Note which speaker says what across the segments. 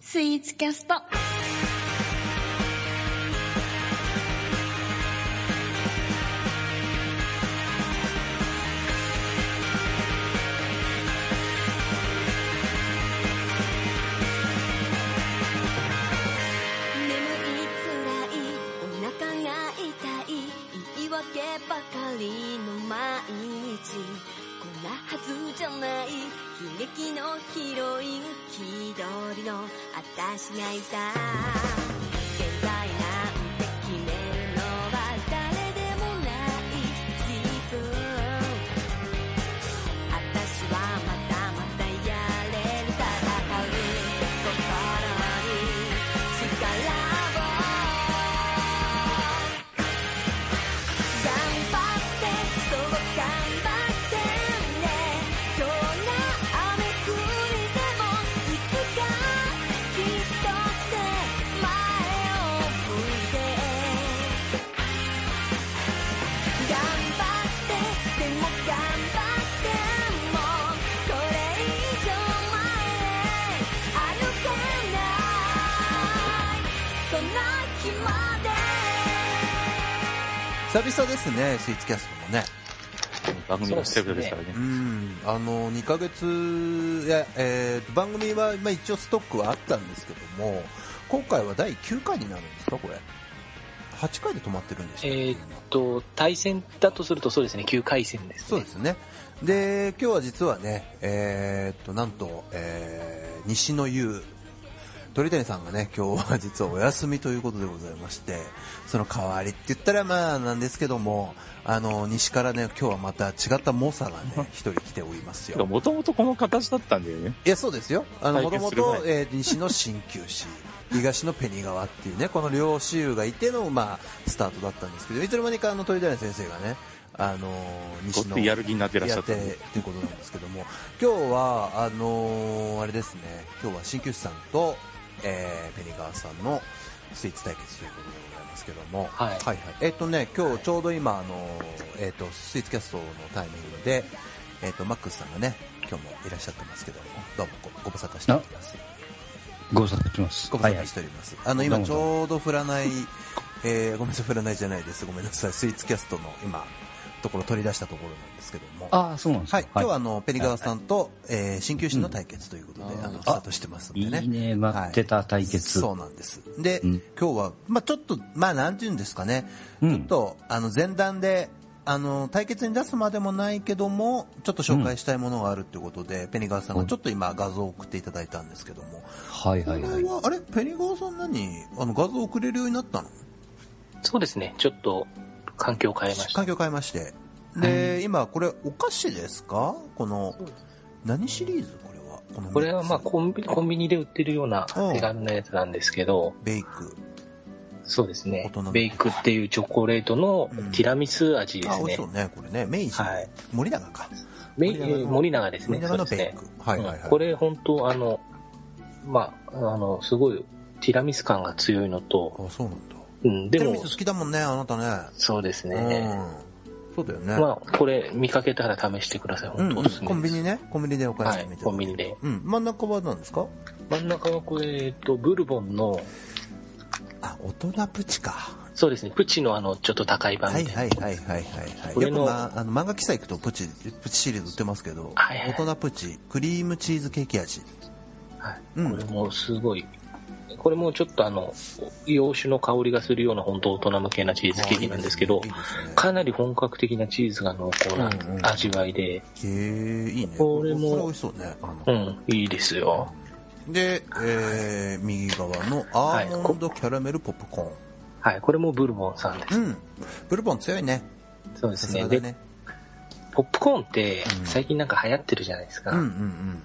Speaker 1: スイーツキャスト。
Speaker 2: 眠いつらいお腹が痛い言い訳ばかりの毎日こんなはずじゃない悲劇のヒロイン気取りの私がいた現在なんて決めるのは誰でもない自分私はまだまだやれる戦う心に力を頑張ってそう頑張ってね今日なんて雨降りでもいつかきっとって前を向いて頑張ってでも頑張ってもこれ以上前へ歩けないそんな日まで
Speaker 3: 久々ですねスイーツキャストもね
Speaker 4: 番組のステップですからね
Speaker 3: うんあの2ヶ月いや、えー番組は、まあ、一応ストックはあったんですけども今回は第9回になるんですかこれ8回で止まってるんでしたっけ
Speaker 4: えーっと対戦だとするとそうですね9回戦です
Speaker 3: そうですね。で、今日は実はね、えーっと、なんと、えー、西の湯、鳥谷さんがね、今日は実はお休みということでございまして、その代わりって言ったらまあなんですけども、あの、西からね、今日はまた違った猛者がね、一人来ておりますよ。
Speaker 4: もともとこの形だったんだよね
Speaker 3: いや、そうですよ。あの、も
Speaker 4: 対
Speaker 3: と
Speaker 4: 決
Speaker 3: も
Speaker 4: する
Speaker 3: と
Speaker 4: 前、
Speaker 3: えー西の鍼灸師、東のペニ川っていうね、この両支流がいての、まあ、スタートだったんですけど、いつの間にかあの、鳥谷先生がね、あの
Speaker 4: ごっ
Speaker 3: 西の
Speaker 4: ついやる気になってらっしゃ
Speaker 3: や
Speaker 4: っ
Speaker 3: って
Speaker 4: た
Speaker 3: っていうことなんですけども今日はあのーあれですね今日は鍼灸師さんと、えー、ペニガーさんのスイーツ対決ということでございますけども、
Speaker 4: はい
Speaker 3: はいえっ、とね今日ちょうど今あのーえっ、とスイーツキャストのタイミングでえっ、とマックスさんがね今日もいらっしゃってますけどもどうもごご無沙汰しております
Speaker 5: ご無沙汰してます。
Speaker 3: ご無沙汰しております、あの今ちょうど振らない、えー、ごめんなさい振らないじゃないですごめんなさいスイーツキャストの今ところ取り出したところなんですけども
Speaker 5: ああ、そうなんですか。
Speaker 3: はい、今日はあのペリガワさんとえー鍼灸師の対決ということで、あのスタートしてますんでね。
Speaker 5: いいね待ってた対決
Speaker 3: そうなんです。で、
Speaker 5: うん
Speaker 3: 今日はまあちょっとまあなんていうんですかね、
Speaker 5: うん
Speaker 3: ちょっとあの前段で。あの対決に出すまでもないけどもちょっと紹介したいものがあるということで、ペニガワさんがちょっと今画像を送っていただいたんですけども、
Speaker 5: はいはい
Speaker 3: こ
Speaker 5: は
Speaker 3: れ
Speaker 5: い。
Speaker 3: はあれペニガワさん何あの画像送れるようになったの
Speaker 4: そうですねちょっと環境を変えました
Speaker 3: 環境変えましてで、今これお菓子ですかこの何シリーズこれはこの
Speaker 4: これはまあ
Speaker 3: ミック
Speaker 4: コンビコンビニで売ってるような
Speaker 3: うん
Speaker 4: 手軽なやつなんですけど、
Speaker 3: スベイク
Speaker 4: そうです
Speaker 3: 大
Speaker 4: ね
Speaker 3: 人の
Speaker 4: ベイクっていうチョコレートの
Speaker 3: うん
Speaker 4: ティラミス味で
Speaker 3: あ
Speaker 4: す
Speaker 3: 美味
Speaker 4: ね
Speaker 3: しそうねこれね明治、
Speaker 4: はい
Speaker 3: 森永か
Speaker 4: ベイ
Speaker 3: 森永の
Speaker 4: 森永です
Speaker 3: 森
Speaker 4: ね
Speaker 3: 永
Speaker 4: そう
Speaker 3: の
Speaker 4: です
Speaker 3: ベイ
Speaker 4: ね
Speaker 3: ク、はいはいは
Speaker 4: う
Speaker 3: い
Speaker 4: んこれ本当あのまああのすごいティラミス感が強いのと、
Speaker 3: あそうなんだ
Speaker 4: うん、
Speaker 3: テ
Speaker 4: で
Speaker 3: レビ
Speaker 4: も
Speaker 3: 好きだもんねあなたね
Speaker 4: そうですね、
Speaker 3: うんそうだよね、
Speaker 4: まあこれ見かけたら試してください
Speaker 3: うん
Speaker 4: 本
Speaker 3: う
Speaker 4: 当
Speaker 3: ん
Speaker 4: おすすめです、
Speaker 3: コンビニねコンビニでお買い物みたいな、
Speaker 4: はいコンビニで
Speaker 3: うん真ん中は何ですか
Speaker 4: 真ん中はこれ、えっと、ブルボンの
Speaker 3: あ大人プチか
Speaker 4: そうですねプチのあのちょっと高い版
Speaker 3: は
Speaker 4: み
Speaker 3: い
Speaker 4: たいな、
Speaker 3: はいはいはいはいはい
Speaker 4: こ
Speaker 3: よ
Speaker 4: れ
Speaker 3: く、
Speaker 4: の
Speaker 3: まあ、あの漫画記載行くとプチプチシリーズ売ってますけど、
Speaker 4: はいはい
Speaker 3: 大人プチクリームチーズケーキ味
Speaker 4: はい
Speaker 3: うん
Speaker 4: これもすごい、これもちょっとあの、洋酒の香りがするような本当大人向けなチーズケーキなんですけど
Speaker 3: いい、ですね
Speaker 4: かなり本格的なチーズが濃厚な
Speaker 3: うんうん
Speaker 4: 味わいで、
Speaker 3: へえいいね
Speaker 4: これも
Speaker 3: これ美味しそうねあの
Speaker 4: うん、いいですよ。
Speaker 3: で、えー、右側のアーモンドキャラメルポップコ
Speaker 4: はい、これもブルボンさんで
Speaker 3: ー
Speaker 4: す。
Speaker 3: ン、うんブルボン強いね
Speaker 4: そうで
Speaker 3: さ
Speaker 4: す
Speaker 3: すがだ
Speaker 4: ね。で、
Speaker 3: ね
Speaker 4: ポップコーンって
Speaker 3: うん
Speaker 4: 最近なんか流行ってるじゃないですか。
Speaker 3: うんうんうん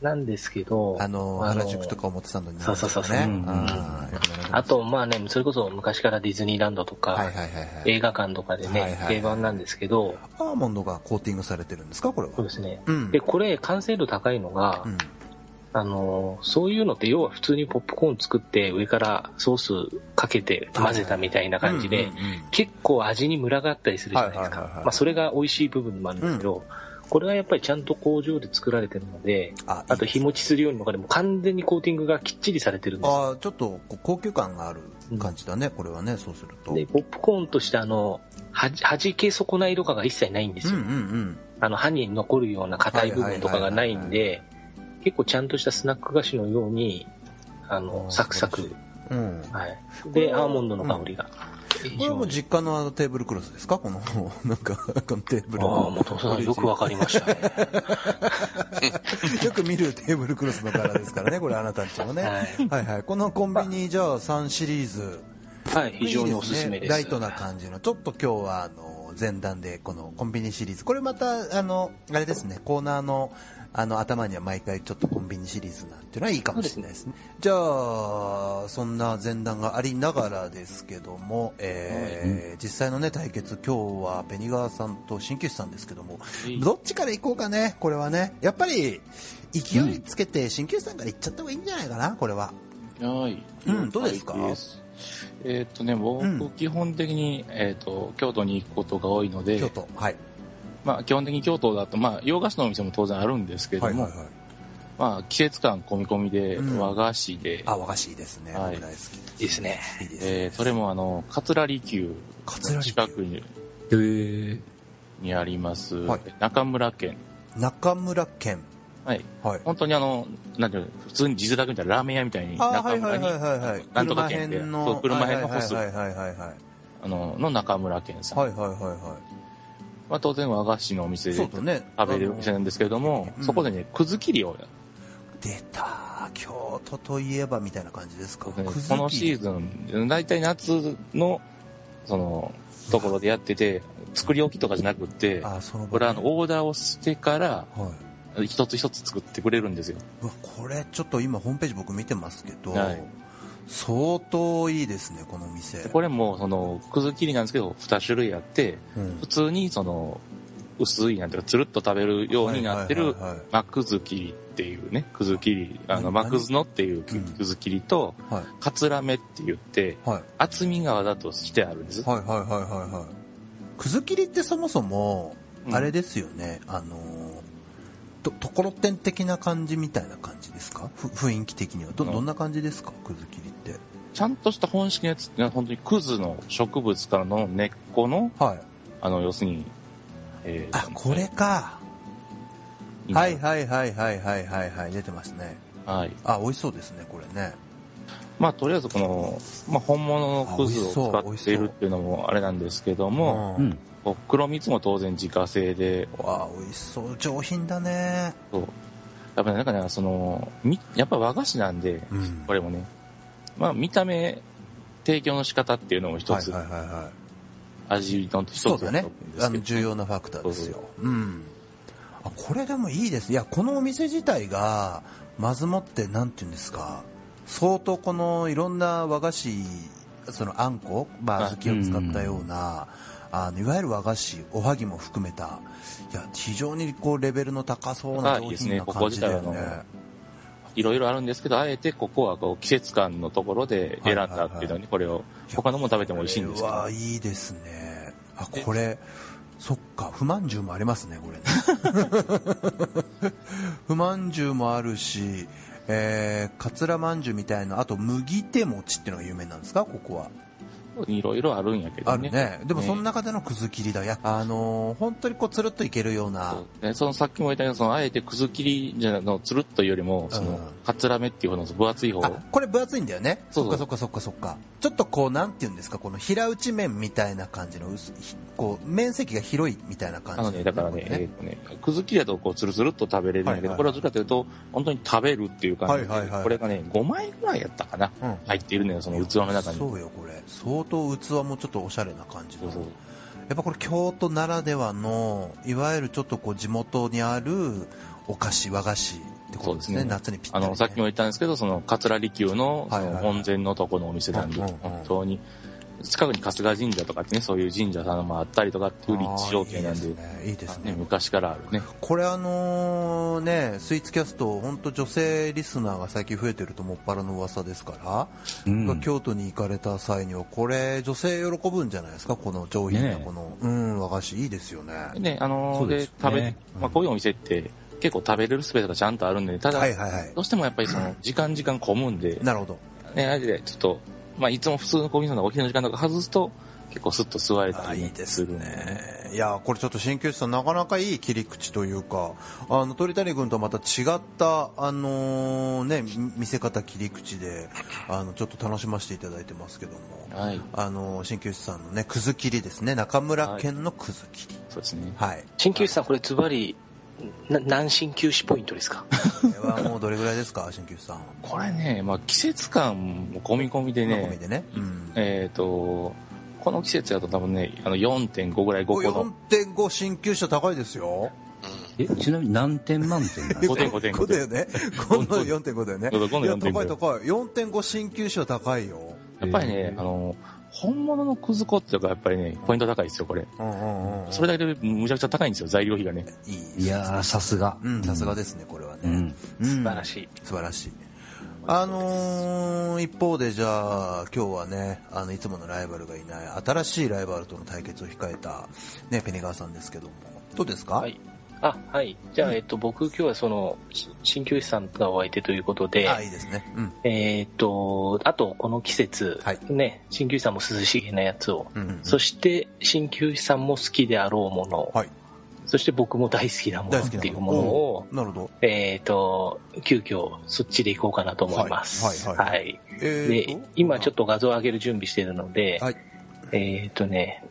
Speaker 4: なんですけど、
Speaker 3: あの
Speaker 4: あの
Speaker 3: 原宿とか表参道に
Speaker 4: そうそうそうそう
Speaker 3: ね
Speaker 4: うん
Speaker 5: うんうん
Speaker 3: あーよく並んでます
Speaker 4: あと、まあね、それこそ昔からディズニーランドと
Speaker 3: はいは
Speaker 4: か
Speaker 3: い、はいはい
Speaker 4: 映画館とかで
Speaker 3: はいはい
Speaker 4: ね
Speaker 3: は、い
Speaker 4: 定番なんですけど、
Speaker 3: アーモンドがコーティングされてるんですかこれは
Speaker 4: そうですね。
Speaker 3: うん
Speaker 4: で、これ完成度高いのが
Speaker 3: う、ん
Speaker 4: あのーそういうのって要は普通にポップコーン作って上からソースかけて混ぜたみたいな感じ
Speaker 3: う
Speaker 4: で
Speaker 3: んうんうん
Speaker 4: 結構味にムラがあったりするじゃないです
Speaker 3: はいはいはい
Speaker 4: か
Speaker 3: はい
Speaker 4: まあそれが美味しい部分もあるんですけど、これはやっぱりちゃんと工場で作られてるので、
Speaker 3: あ
Speaker 4: あと日持ちするようにとかでも完全にコーティングがきっちりされてるんです。
Speaker 3: あーちょっとこう高級感がある感じだね、これはねそうすると
Speaker 4: で、ポップコーンとしてあの、はじ、弾け損ないとかが一切ないんです
Speaker 3: うんう
Speaker 4: よ。
Speaker 3: んうん
Speaker 4: あの、歯に残るような硬い部分とかがないん
Speaker 3: は
Speaker 4: で、結構ちゃんとしたスナック菓子のように、あ
Speaker 3: あ
Speaker 4: の、
Speaker 3: ー
Speaker 4: サクサ
Speaker 3: 素
Speaker 4: ク。
Speaker 3: うん
Speaker 4: はい。
Speaker 3: これ
Speaker 4: で、
Speaker 3: は
Speaker 4: アーモンドの香りが。
Speaker 3: これはもう実家のあのテーブルクロスですかこの なんかこのテーブル
Speaker 4: ああ、
Speaker 3: の
Speaker 4: 元さんよくわかりましたね。
Speaker 3: よく見るテーブルクロスの柄ですからねこれあなたんちもね、
Speaker 4: は
Speaker 3: はいはいこのコンビニじゃあ3シリーズ
Speaker 4: はい、非常におすすめ
Speaker 3: いい
Speaker 4: で
Speaker 3: ね
Speaker 4: す。
Speaker 3: ライトな感じのちょっと今日はあの前段でこのコンビニシリーズこれまたあのあれですねコーナーのあの頭には毎回ちょっとコンビニシリーズなんていうのはいいかもしれないですねじゃあそんな前段がありながらですけども、えー実際のね対決今日はベニガーさんと鍼灸師さんですけどもどっちから行こうかねこれはねやっぱり勢いつけて鍼灸師さんから行っちゃった方がいいんじゃないかなこれは
Speaker 1: はい。
Speaker 3: うんどうですか
Speaker 1: はいえーっとね、
Speaker 3: うん
Speaker 1: 僕、基本的に、えーっと、京都に行くことが多いの
Speaker 3: 京
Speaker 1: で、
Speaker 3: 都はい
Speaker 1: まあ、基本的に京都だと、まあ、洋菓子のお店も当然あるんですけれども、
Speaker 3: はい
Speaker 1: まあ、季節感込み込みで、
Speaker 3: うん
Speaker 1: 和菓子で、
Speaker 3: あ和菓子いいですね、
Speaker 1: はい
Speaker 3: 僕大好
Speaker 4: いいですね。
Speaker 3: きいいですね、
Speaker 1: えーそれもあの、桂離宮
Speaker 3: 桂離
Speaker 1: の近くに
Speaker 5: えー、
Speaker 1: にあります、
Speaker 3: はい
Speaker 1: 中村県。
Speaker 3: 中村健
Speaker 1: はい。
Speaker 3: はい
Speaker 1: 本当にあの、なんていうの普通に字面みたいなラーメン屋みたいに、
Speaker 3: あーは
Speaker 1: 中
Speaker 3: いは
Speaker 1: 村
Speaker 3: い
Speaker 1: に、
Speaker 3: はいはいはい
Speaker 1: なんとか県って、
Speaker 3: 編の
Speaker 1: そう、車編のホス、
Speaker 3: はいはいはいはいはい
Speaker 1: あの、の中村県さん。
Speaker 3: はいはいはいは
Speaker 1: まあ、当然和菓子のお店
Speaker 3: い
Speaker 1: で
Speaker 3: そうだね
Speaker 1: 食べるお店なんですけれども、
Speaker 3: うん
Speaker 1: そこでね、くず切りを、
Speaker 3: あの出た京都といえばみたいな感じですか
Speaker 1: ね
Speaker 3: くずき
Speaker 1: このシーズン、大体夏の、その、ところでやってて、作り置きとかじゃなくって、
Speaker 3: あーその
Speaker 1: これはあ
Speaker 3: の
Speaker 1: の、オーダーをしてから、
Speaker 3: はい、
Speaker 1: 一つ一つ作ってくれるんですよ。
Speaker 3: うわこれちょっと今ホームページ僕見てますけど、
Speaker 1: はい
Speaker 3: 相当いいですねこの店
Speaker 1: でこれも、その、くず切りなんですけど、二種類あって、
Speaker 3: うん
Speaker 1: 普通に、その、薄い、なんていうか、つるっと食べるようになって
Speaker 3: はい
Speaker 1: る
Speaker 3: はいはいはい、
Speaker 1: まあくず切りっていうね、くず切り、あ
Speaker 3: う
Speaker 1: の、
Speaker 3: ん
Speaker 1: まくずのっていう
Speaker 3: うん
Speaker 1: くず切りと、
Speaker 3: はい
Speaker 1: かつらめって言って、
Speaker 3: はい
Speaker 1: 厚みがわざとしてあるんです。
Speaker 3: はいはいはいはいはいくず切りってそもそも
Speaker 1: うん
Speaker 3: あれですよね、あのとところてん的な感じみたいな感じですかふ雰囲気的にはど
Speaker 1: うん
Speaker 3: どんな感じですかくず切りって
Speaker 1: ちゃんとした本式のやつってのは本当にクズの植物からの根っこの、
Speaker 3: はい
Speaker 1: あの、要するに、えー
Speaker 3: あこれか
Speaker 1: いいな
Speaker 3: はいはいはいはいはいはいはい出てますね
Speaker 1: はい。
Speaker 3: あ美味しそうですねこれね
Speaker 1: まあ、とりあえずこの、まあ、本物のクズを
Speaker 3: あ美味
Speaker 1: 使っ
Speaker 3: してそう
Speaker 1: いるっていうのもあれなんですけども、
Speaker 5: う
Speaker 3: うん
Speaker 5: ん。
Speaker 1: こう黒蜜も当然自家製で、
Speaker 3: わあ美味しそう上品だね
Speaker 1: そうやっぱりなんかね、その、みやっぱ和菓子なんで、
Speaker 3: うん
Speaker 1: これもね、まあ、見た目、提供の仕方っていうのも一
Speaker 3: はい
Speaker 1: つ、
Speaker 3: はいはいはい
Speaker 1: 味の一つ
Speaker 3: そうだね
Speaker 1: と思うんです
Speaker 3: あ
Speaker 1: け
Speaker 3: の
Speaker 1: ど
Speaker 3: 重要なファクターですよ
Speaker 1: そう
Speaker 3: うんあこれでもいいですいやこのお店自体がまずもってなんて言うんですか相当このいろんな和菓子そのあんこ、まあ、
Speaker 1: はい
Speaker 3: 小豆を使ったようなあのいわゆる和菓子おはぎも含めたいや非常にこうレベルの高そうな
Speaker 1: あ
Speaker 3: 上
Speaker 1: いいです
Speaker 3: 品
Speaker 1: ね
Speaker 3: な感じだよ
Speaker 1: ここ
Speaker 3: ね
Speaker 1: 自体はあのいろいろあるんですけど、あえてここはこう季節感のところで選んだっていうのに、これを、他のも食べても美味しいんですけ
Speaker 3: うわ
Speaker 1: ど、
Speaker 3: いいですねあこれそっか不満中もありますねこれね 不満中もあるしえー、かつらまんじゅうみたいなあと麦手餅っていうのが有名なんですかここは、
Speaker 1: いろいろあるんやけど
Speaker 3: ある
Speaker 1: ね。
Speaker 3: ねでも
Speaker 1: ね
Speaker 3: その中でのくず切りだや、あのー本当にこうつるっといけるような
Speaker 1: そうねそのさっきも言ったように、そのあえてくず切りじゃなのつるっというよりも、その
Speaker 3: うん、
Speaker 1: かつらめっていう方の分厚い方
Speaker 3: あ、これ分厚いんだよね。
Speaker 1: そ
Speaker 3: そうっか
Speaker 1: そう
Speaker 3: そっかそっかそっか。ちょっとこう、なんて言うんですか、この平打ち面みたいな感じの薄い、ひこう、面積が広いみたいな感
Speaker 1: あ
Speaker 3: じ
Speaker 1: のね、だからね、
Speaker 3: こ
Speaker 1: え
Speaker 3: れ
Speaker 1: ーとね、くず切りだとこう、つるつるっと食べれるんだけ
Speaker 3: はい
Speaker 1: ど、
Speaker 3: はい
Speaker 1: これはどっちかというと、本当に食べるっていう感じで、
Speaker 3: はいはいはい
Speaker 1: これがね、5枚ぐらいやったかな、
Speaker 3: うん
Speaker 1: 入っているのよ、その器の中に。
Speaker 3: そうよ、これ。相当器もちょっとおしゃれな感じ
Speaker 1: そ
Speaker 3: の。
Speaker 1: うそう
Speaker 3: やっぱこれ京都ならではの、いわゆるちょっとこう、地元にあるお菓子、和菓子ってことですね。
Speaker 1: そうですね
Speaker 3: 夏にぴった
Speaker 1: あ
Speaker 3: り、ね。
Speaker 1: の、さっきも言ったんですけど、その、桂離宮の、そ
Speaker 3: はい
Speaker 1: の、
Speaker 3: はいはい
Speaker 1: 本膳のとこのお店なんで、
Speaker 3: うんうんうん
Speaker 1: 本当に、近くに春日神社とかってね、そういう神社さんもあったりとかっていう立地条件なんで、
Speaker 3: あーいいですねいいですね
Speaker 1: ね昔からあるね。
Speaker 3: これあのね、スイーツキャスト、本当女性リスナーが最近増えてるともっぱらの噂ですから、
Speaker 5: うん
Speaker 3: まあ京都に行かれた際には、これ女性喜ぶんじゃないですか、この上品な
Speaker 5: ねえ
Speaker 3: この、うん、和菓子いいですよね。
Speaker 1: ね、あの
Speaker 5: そう
Speaker 1: ー
Speaker 5: で
Speaker 1: です
Speaker 5: ね
Speaker 1: 食べ、
Speaker 3: うん
Speaker 1: まあ、こういうお店って結構食べれるスペースがちゃんとあるんで、ただ、
Speaker 3: はいはいはい
Speaker 1: ど。うしてもやっぱりその、時間時間混むんで、
Speaker 3: なるほど。
Speaker 1: ね、あれでちょっと、まあ、いつも普通のコンビニのお昼の時間とか外すと、結構スッと座れた
Speaker 3: あ
Speaker 1: り
Speaker 3: い
Speaker 1: ね
Speaker 3: いです
Speaker 1: るんでね
Speaker 3: ね。いや、これちょっと鍼灸師さん、なかなかいい切り口というか、あの、鳥谷君とはまた違った、あのね、み見せ方、切り口で、あの、ちょっと楽しませていただいてますけども。
Speaker 1: はい、
Speaker 3: あの鍼灸師さんのねくず切りですね中村県のくず切り
Speaker 1: そうですね。
Speaker 3: はい、
Speaker 4: 鍼灸師さん、これズバリ、な何鍼灸師ポイントですか
Speaker 3: これはもうどれぐらいです か鍼灸師さん
Speaker 1: これね、まあ、季節感も込み込みで
Speaker 3: の込み
Speaker 1: ね、
Speaker 3: でね、うん、
Speaker 1: えっ、と、この季節だと多分ね、あの4.5ぐらい5個の、
Speaker 3: 4.5鍼灸師は高いですよ
Speaker 5: え、ちなみに何点満点なんですか
Speaker 1: 5点5点
Speaker 3: 5
Speaker 1: 5
Speaker 3: だ
Speaker 1: 点
Speaker 3: よね5の4.5だよね
Speaker 1: そうそう今
Speaker 3: い
Speaker 1: 度
Speaker 3: や
Speaker 1: 4.5
Speaker 3: 高い高い4.5鍼灸師は高いよ
Speaker 1: やっぱりね
Speaker 5: え、ー
Speaker 1: あの、本物のくず粉っていうか、やっぱりね、ポイント高いですよ、これ。
Speaker 3: うんうんうん
Speaker 1: それだけでむちゃくちゃ高いんですよ、材料費がね。
Speaker 3: いい
Speaker 5: いやー、さすが。
Speaker 3: うんさすがですねこれはね、
Speaker 5: うん
Speaker 3: うん
Speaker 4: 素晴らしい。
Speaker 3: 素晴らしいあのー一方でじゃあ今日はねあのいつものライバルがいない新しいライバルとの対決を控えた、ね、ペニガーさんですけどもどうですか、
Speaker 4: はいあ、はい。じゃあ、えっと、僕、今日はその、し鍼灸師さんがお相手ということで、
Speaker 3: あいいですねうん
Speaker 4: えっと、あと、この季節、
Speaker 3: はい
Speaker 4: ね、鍼灸師さんも涼しげなやつを、
Speaker 3: うんうん
Speaker 4: そして、鍼灸師さんも好きであろうもの、
Speaker 3: はい
Speaker 4: そして僕も大好きなもの
Speaker 3: 大好
Speaker 4: っ
Speaker 3: きなもの
Speaker 4: ていうものを、
Speaker 3: なるほど
Speaker 4: えっ、と、急遽そっちで行こうかなと思います。
Speaker 3: はい
Speaker 4: はい。
Speaker 3: はいえ
Speaker 4: で、今ちょっ
Speaker 3: と
Speaker 4: と画像を上げる準備してるので、
Speaker 3: はい
Speaker 4: えっ、とね、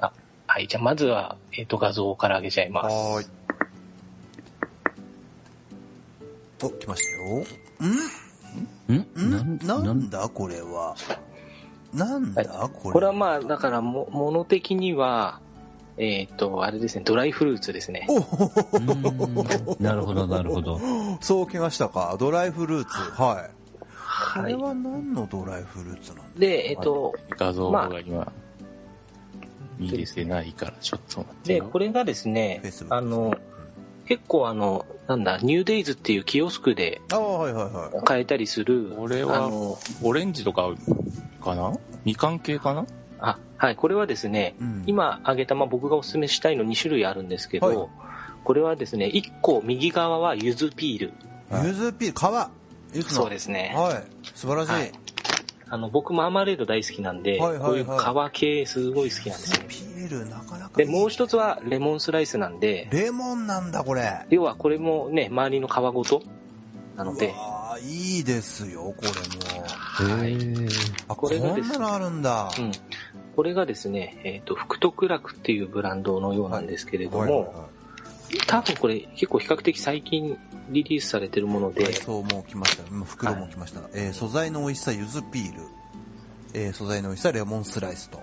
Speaker 4: あ、はい、じゃあまずは、えっ、と、画像から上げちゃいます。
Speaker 3: はーいお来ましたよん
Speaker 5: ん
Speaker 3: んなんだこれはなんだ
Speaker 4: は
Speaker 3: これ
Speaker 4: これはまあ、だからも、もの的には、えっ、と、あれですね、ドライフルーツですね。
Speaker 3: おほほほ
Speaker 5: うーんなるほど、なるほど。
Speaker 3: そうきましたかドライフルーツはいこ
Speaker 4: は
Speaker 3: れ
Speaker 4: い。
Speaker 3: は何のドライフルーツなんで
Speaker 4: で、えっ、と、
Speaker 1: 画像が今、見れてないから、ちょっと待って
Speaker 4: で、
Speaker 1: よ。
Speaker 4: これがですね
Speaker 3: す、か
Speaker 4: あの、結構あの、なんだ、ニューデイズっていうキオスクで
Speaker 3: ああはいはいはい
Speaker 4: 買えたりする、
Speaker 1: これ
Speaker 4: あ
Speaker 1: は
Speaker 4: の、
Speaker 1: オレンジとかかなみかん系かな
Speaker 4: あ、はい、これはですね、
Speaker 3: うん
Speaker 4: 今挙げた、まあ、僕がお勧めしたいの2種類あるんですけど、
Speaker 3: はい
Speaker 4: これはですね、1個右側は柚子ピール。
Speaker 3: ゆずピー皮ゆずの
Speaker 4: そうですね。
Speaker 3: はい素晴らしい、
Speaker 4: はいあの、僕マーマレード大好きなんで、
Speaker 3: はいはいはい
Speaker 4: こういう皮系すごい好きなんですよ。
Speaker 3: ピールなかなかい
Speaker 4: で、
Speaker 3: い
Speaker 4: もう一つはレモンスライスなんで、
Speaker 3: レモンなんだこれ
Speaker 4: 要はこれもね、周りの皮ごとなので
Speaker 3: う、わーいいですよこれも
Speaker 4: はい。
Speaker 3: あこ
Speaker 4: これが
Speaker 3: ん
Speaker 4: です
Speaker 3: な
Speaker 4: ね
Speaker 3: のあるんだ、
Speaker 4: うんこれがですね、えっ、と、福徳楽っていうブランドのようなんですけれども、
Speaker 3: はいはいは
Speaker 4: 多分これ結構比較的最近リリースされてるもの
Speaker 3: い
Speaker 4: で、
Speaker 3: そうもう来ました今袋も来ました、えー素材の美味しさゆずピール、えー素材の美味しさレモンスライスと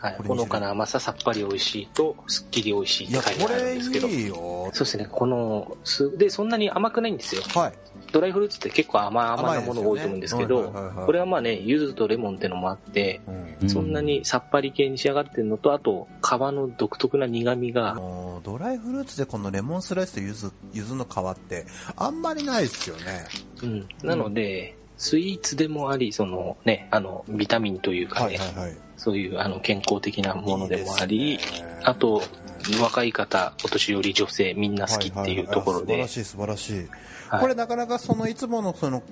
Speaker 4: はい、
Speaker 3: これ
Speaker 4: ほのかな甘ささっぱり美味しいと、すっきり美味しいっ
Speaker 3: い
Speaker 4: て
Speaker 3: や
Speaker 4: 書いて
Speaker 3: こ
Speaker 4: あるん
Speaker 3: れ
Speaker 4: ですけど。
Speaker 3: いいよ
Speaker 4: そうですね、この、すで、そんなに甘くないんですよ。
Speaker 3: はい
Speaker 4: ドライフルーツって結構甘々
Speaker 3: 甘い
Speaker 4: な
Speaker 3: ですよね
Speaker 4: ものが多いと思うんですけ
Speaker 3: はいはいはい
Speaker 4: ど
Speaker 3: はい、
Speaker 4: これはまあね、柚子とレモンってのもあって、
Speaker 3: うん
Speaker 4: そんなにさっぱり系に仕上がってるのと、あと、皮の独特な苦味
Speaker 3: あ
Speaker 4: が、
Speaker 3: のードライフルーツでこのレモンスライスと柚子柚子の皮ってあんまりないですよね
Speaker 4: うん、なので、スイーツでもあり、そのね、あの、ビタミンというかね、
Speaker 3: はい
Speaker 4: そういう、あの、健康的なものでもあ
Speaker 3: いい
Speaker 4: り、
Speaker 3: ですね
Speaker 4: あと、若い方、お年寄り女性、みんな好きっていうところ
Speaker 3: はいはい
Speaker 4: で
Speaker 3: はい、素晴らしい素晴らしい、
Speaker 4: はい
Speaker 3: これなかなかそのいつものその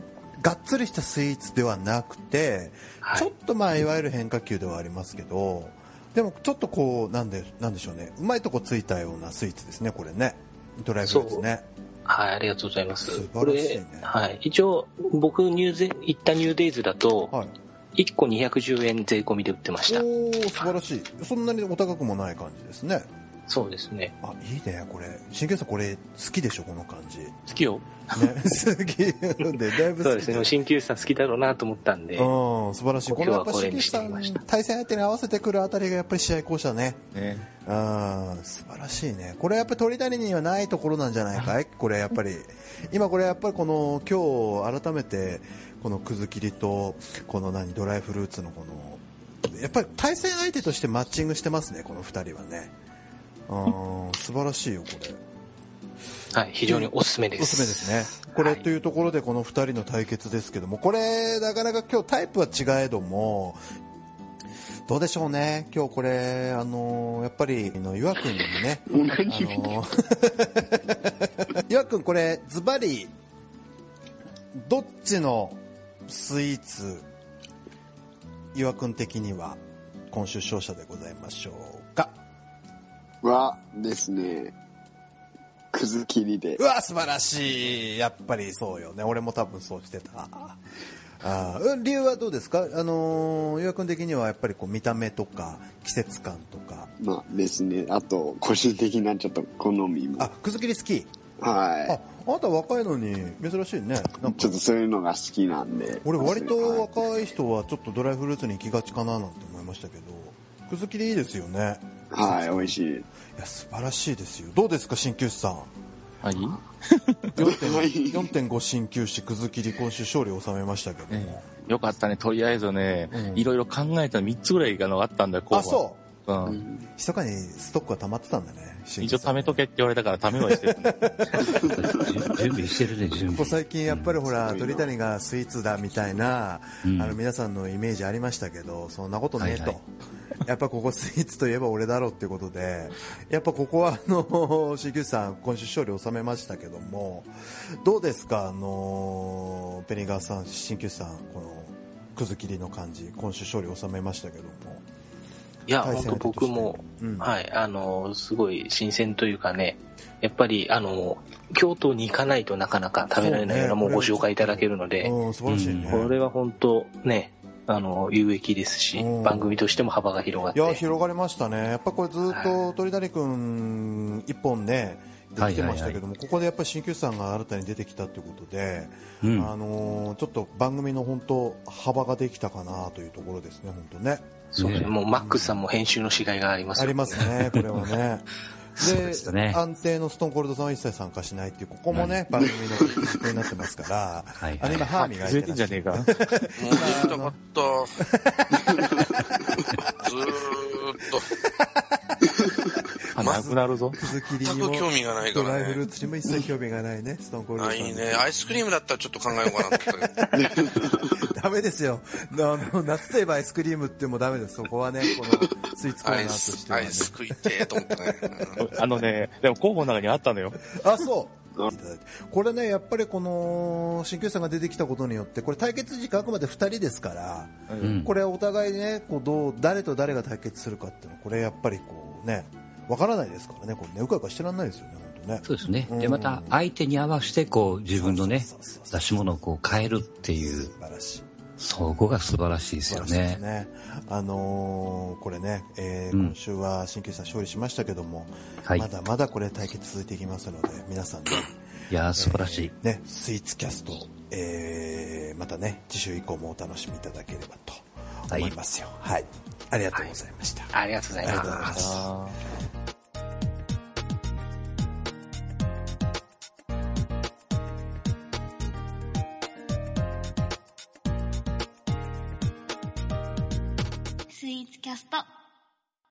Speaker 3: がっつりしたスイーツではなくて、
Speaker 4: はい
Speaker 3: ちょっとまあいわゆる変化球ではありますけどでもちょっとこうなんでなんでしょうねうまいとこついたようなスイーツですねこれねドライフルーツね
Speaker 4: はい、ありがとうございます。
Speaker 3: 素晴らしいね
Speaker 4: これ、はい。一応、僕、ニューゼ、行ったニューデイズだと、
Speaker 3: はい
Speaker 4: 1個210円税込みで売ってました。
Speaker 3: おお素晴らしいそんなにお高くもない感じですね
Speaker 4: そうですね。
Speaker 3: あいいねこれ神経さんこれ好きでしょこの感じね
Speaker 1: 好きよ。
Speaker 3: 好きなんでだいぶ
Speaker 4: そう
Speaker 3: 好
Speaker 4: で
Speaker 3: き
Speaker 4: すね。鍼灸師さん好きだろうなと思ったんで、
Speaker 3: うん、素晴らしい。こ
Speaker 4: 今
Speaker 3: のや
Speaker 4: 日
Speaker 3: っ
Speaker 4: は
Speaker 3: ぱ
Speaker 4: こ
Speaker 3: シ
Speaker 4: れ
Speaker 3: リ
Speaker 4: にし
Speaker 3: さ
Speaker 4: てみ
Speaker 3: ん
Speaker 4: ました、
Speaker 3: 対戦相手に合わせてくるあたりがやっぱり試合巧者ね。
Speaker 1: ね。
Speaker 3: うん、素晴らしいね。これやっぱり鳥谷にはないところなんじゃないかいこれやっぱり。今これやっぱりこの、今日改めて、このくず切りと、この何、ドライフルーツのこの、やっぱり対戦相手としてマッチングしてますね、この二人はね。うん、素晴らしいよ、これ。
Speaker 4: はい、非常におすすめです。
Speaker 3: おすすめですね。これ、
Speaker 4: はい
Speaker 3: というところでこの2人の対決ですけども、これ、なかなか今日タイプは違えども、どうでしょうね。今日これ、あのーやっぱり、あの岩くんにね、あの ー岩くんこれ、ズバリ、どっちのスイーツ、岩くん的には、今週勝者でございましょうか。
Speaker 6: はですね、くず切りで
Speaker 3: う。わ、素晴らしい。やっぱりそうよね。俺も多分そうしてた。あーうん理由はどうですかあのー、岩君的にはやっぱりこう見た目とか季節感とか。
Speaker 6: まあですね、あと、個人的なちょっと好みも。
Speaker 3: あ、くず切り好き。あ
Speaker 6: は、
Speaker 3: あなた若いのに珍しいね。なん
Speaker 6: い。ち
Speaker 3: か
Speaker 6: ょっとそういうのが好きなんで。
Speaker 3: 俺割と
Speaker 6: はい
Speaker 3: 若い人はちょっとドライフルーツに行きがちかななんて思いましたけど、くず切りいいですよね。
Speaker 6: はい、美味しい。
Speaker 3: いや、素晴らしいですよ。どうですか、鍼灸師さん。
Speaker 1: はい。
Speaker 6: はい
Speaker 3: 4.5鍼灸師くず切り今週勝利を収めましたけども。
Speaker 1: よかったね、とりあえずね
Speaker 3: う、ん
Speaker 1: いろいろ考えた3つぐらいあのあったんだよ、
Speaker 3: あ、そう
Speaker 1: う。う。
Speaker 6: うんん
Speaker 3: 密かにストックは溜まってたんだね。
Speaker 1: 一応貯めと
Speaker 3: け。
Speaker 1: けって言われたから貯めはしてる、ね。
Speaker 5: 準備してるね、準
Speaker 3: ここ
Speaker 5: 備。
Speaker 3: 最近やっぱりほら、
Speaker 6: うん
Speaker 3: 鳥谷がスイーツだみたいな、
Speaker 5: うん
Speaker 3: あの皆さんのイメージありましたけど、そんなことねえと。
Speaker 5: はいは
Speaker 3: やっぱここスイーツといえば俺だろうってことで、やっぱここはあの、 シーキューさん今週勝利収めましたけども、どうですかあの、ペニガーさん、シンキューさん、この、くず切りの感じ、今週勝利収めましたけども。
Speaker 4: いや、
Speaker 3: 対
Speaker 4: 本
Speaker 3: 戦相
Speaker 4: 当
Speaker 3: 手として
Speaker 4: 僕も、
Speaker 3: うん
Speaker 4: はい、あの、すごい新鮮というかね、やっぱり、あの、京都に行かないとなかなか食べられないような
Speaker 3: そうね
Speaker 4: もうご紹介いただけるので、
Speaker 3: うん、素晴らしいね。
Speaker 4: これは本当ね、あの、有益ですし
Speaker 3: うん、
Speaker 4: 番組としても幅が広がっ
Speaker 3: いや、
Speaker 4: て、
Speaker 3: 広がりましたね。やっぱこれずっと鳥谷くん一本ね、で
Speaker 5: はい
Speaker 3: きてましたけども、ここでやっぱり鍼灸師さんが新たに出てきたってことで、
Speaker 5: うん。
Speaker 3: あのーちょっと番組の本当幅ができたかなというところですね、本当ね。
Speaker 4: そうですね、
Speaker 5: ね
Speaker 4: もうマックスさんも編集のしがいがあります
Speaker 3: あ
Speaker 4: よ
Speaker 3: りますね、これは ね。
Speaker 5: そうでしたね
Speaker 3: 安定のストーンコールドさんは一切参加しないっていう、ここもね、番組の軸になってますから、
Speaker 5: はい
Speaker 3: あれ今歯磨い
Speaker 1: ずれ
Speaker 3: て
Speaker 1: て
Speaker 3: ら
Speaker 1: ん
Speaker 3: っ
Speaker 1: じ
Speaker 3: し
Speaker 1: ゃ
Speaker 3: ゃ
Speaker 1: ねえ
Speaker 3: る。
Speaker 1: か。
Speaker 7: もうずっとかっ た。ずー
Speaker 1: あなくなるぞ。
Speaker 3: 鈴木り
Speaker 7: っ
Speaker 3: に
Speaker 7: と。
Speaker 3: も
Speaker 7: 全く、興味がないか
Speaker 3: ドライ
Speaker 7: ら
Speaker 3: フル
Speaker 7: ね
Speaker 3: ー。ツにも一切興味がないね、ストーンコールド
Speaker 7: あ、
Speaker 3: さん。
Speaker 7: いいね。アイスクリームだったらちょっと考えようかなと思ったけど。
Speaker 3: ダメですよ。あの、夏といえばアイスクリームってもダメです。そこはね、このスイーツコー
Speaker 7: ア
Speaker 3: ナー
Speaker 7: イ
Speaker 3: とし
Speaker 7: ス、
Speaker 3: ては
Speaker 7: ア
Speaker 3: ね
Speaker 7: イ。ス食いてーと思ってね。うん
Speaker 1: あのね、でも候補の中にあったのよ。
Speaker 3: あ、そう。いただいてこれね、やっぱりこの、新旧さんが出てきたことによって、これ対決時間あくまで2人ですから、
Speaker 5: うん
Speaker 3: これお互いね、こう、どう、誰と誰が対決するかっていうのは、これやっぱりこうね、わからないですからね、こうね、うかうかしてらんないですよね、本当ね。
Speaker 5: そうですね
Speaker 3: うん。
Speaker 5: で、また相手に合わせて、こう、自分のね
Speaker 3: そうそうそう、そう
Speaker 5: 出し物をこう変えるっていう
Speaker 3: 素、晴らしい。
Speaker 5: そこが素晴らしいで
Speaker 3: 素
Speaker 5: す
Speaker 3: 晴
Speaker 5: よ
Speaker 3: らしいです
Speaker 5: ね。
Speaker 3: ね。あのーこれね、えー
Speaker 5: うん
Speaker 3: 今週は新旧さん勝利しましたけども、
Speaker 5: はい
Speaker 3: ま。だまだこれ対決続いていきますので、皆さんね、
Speaker 5: いやー、素晴らしい。
Speaker 3: えーね、スイーツキャスト、えー、またね、次週以降もお楽しみいただければと思いますよ。はい。ありがとうございました。
Speaker 4: ありがとうござい
Speaker 3: ありがとうござい
Speaker 4: ま。
Speaker 3: ますした。
Speaker 2: スイーツキャスト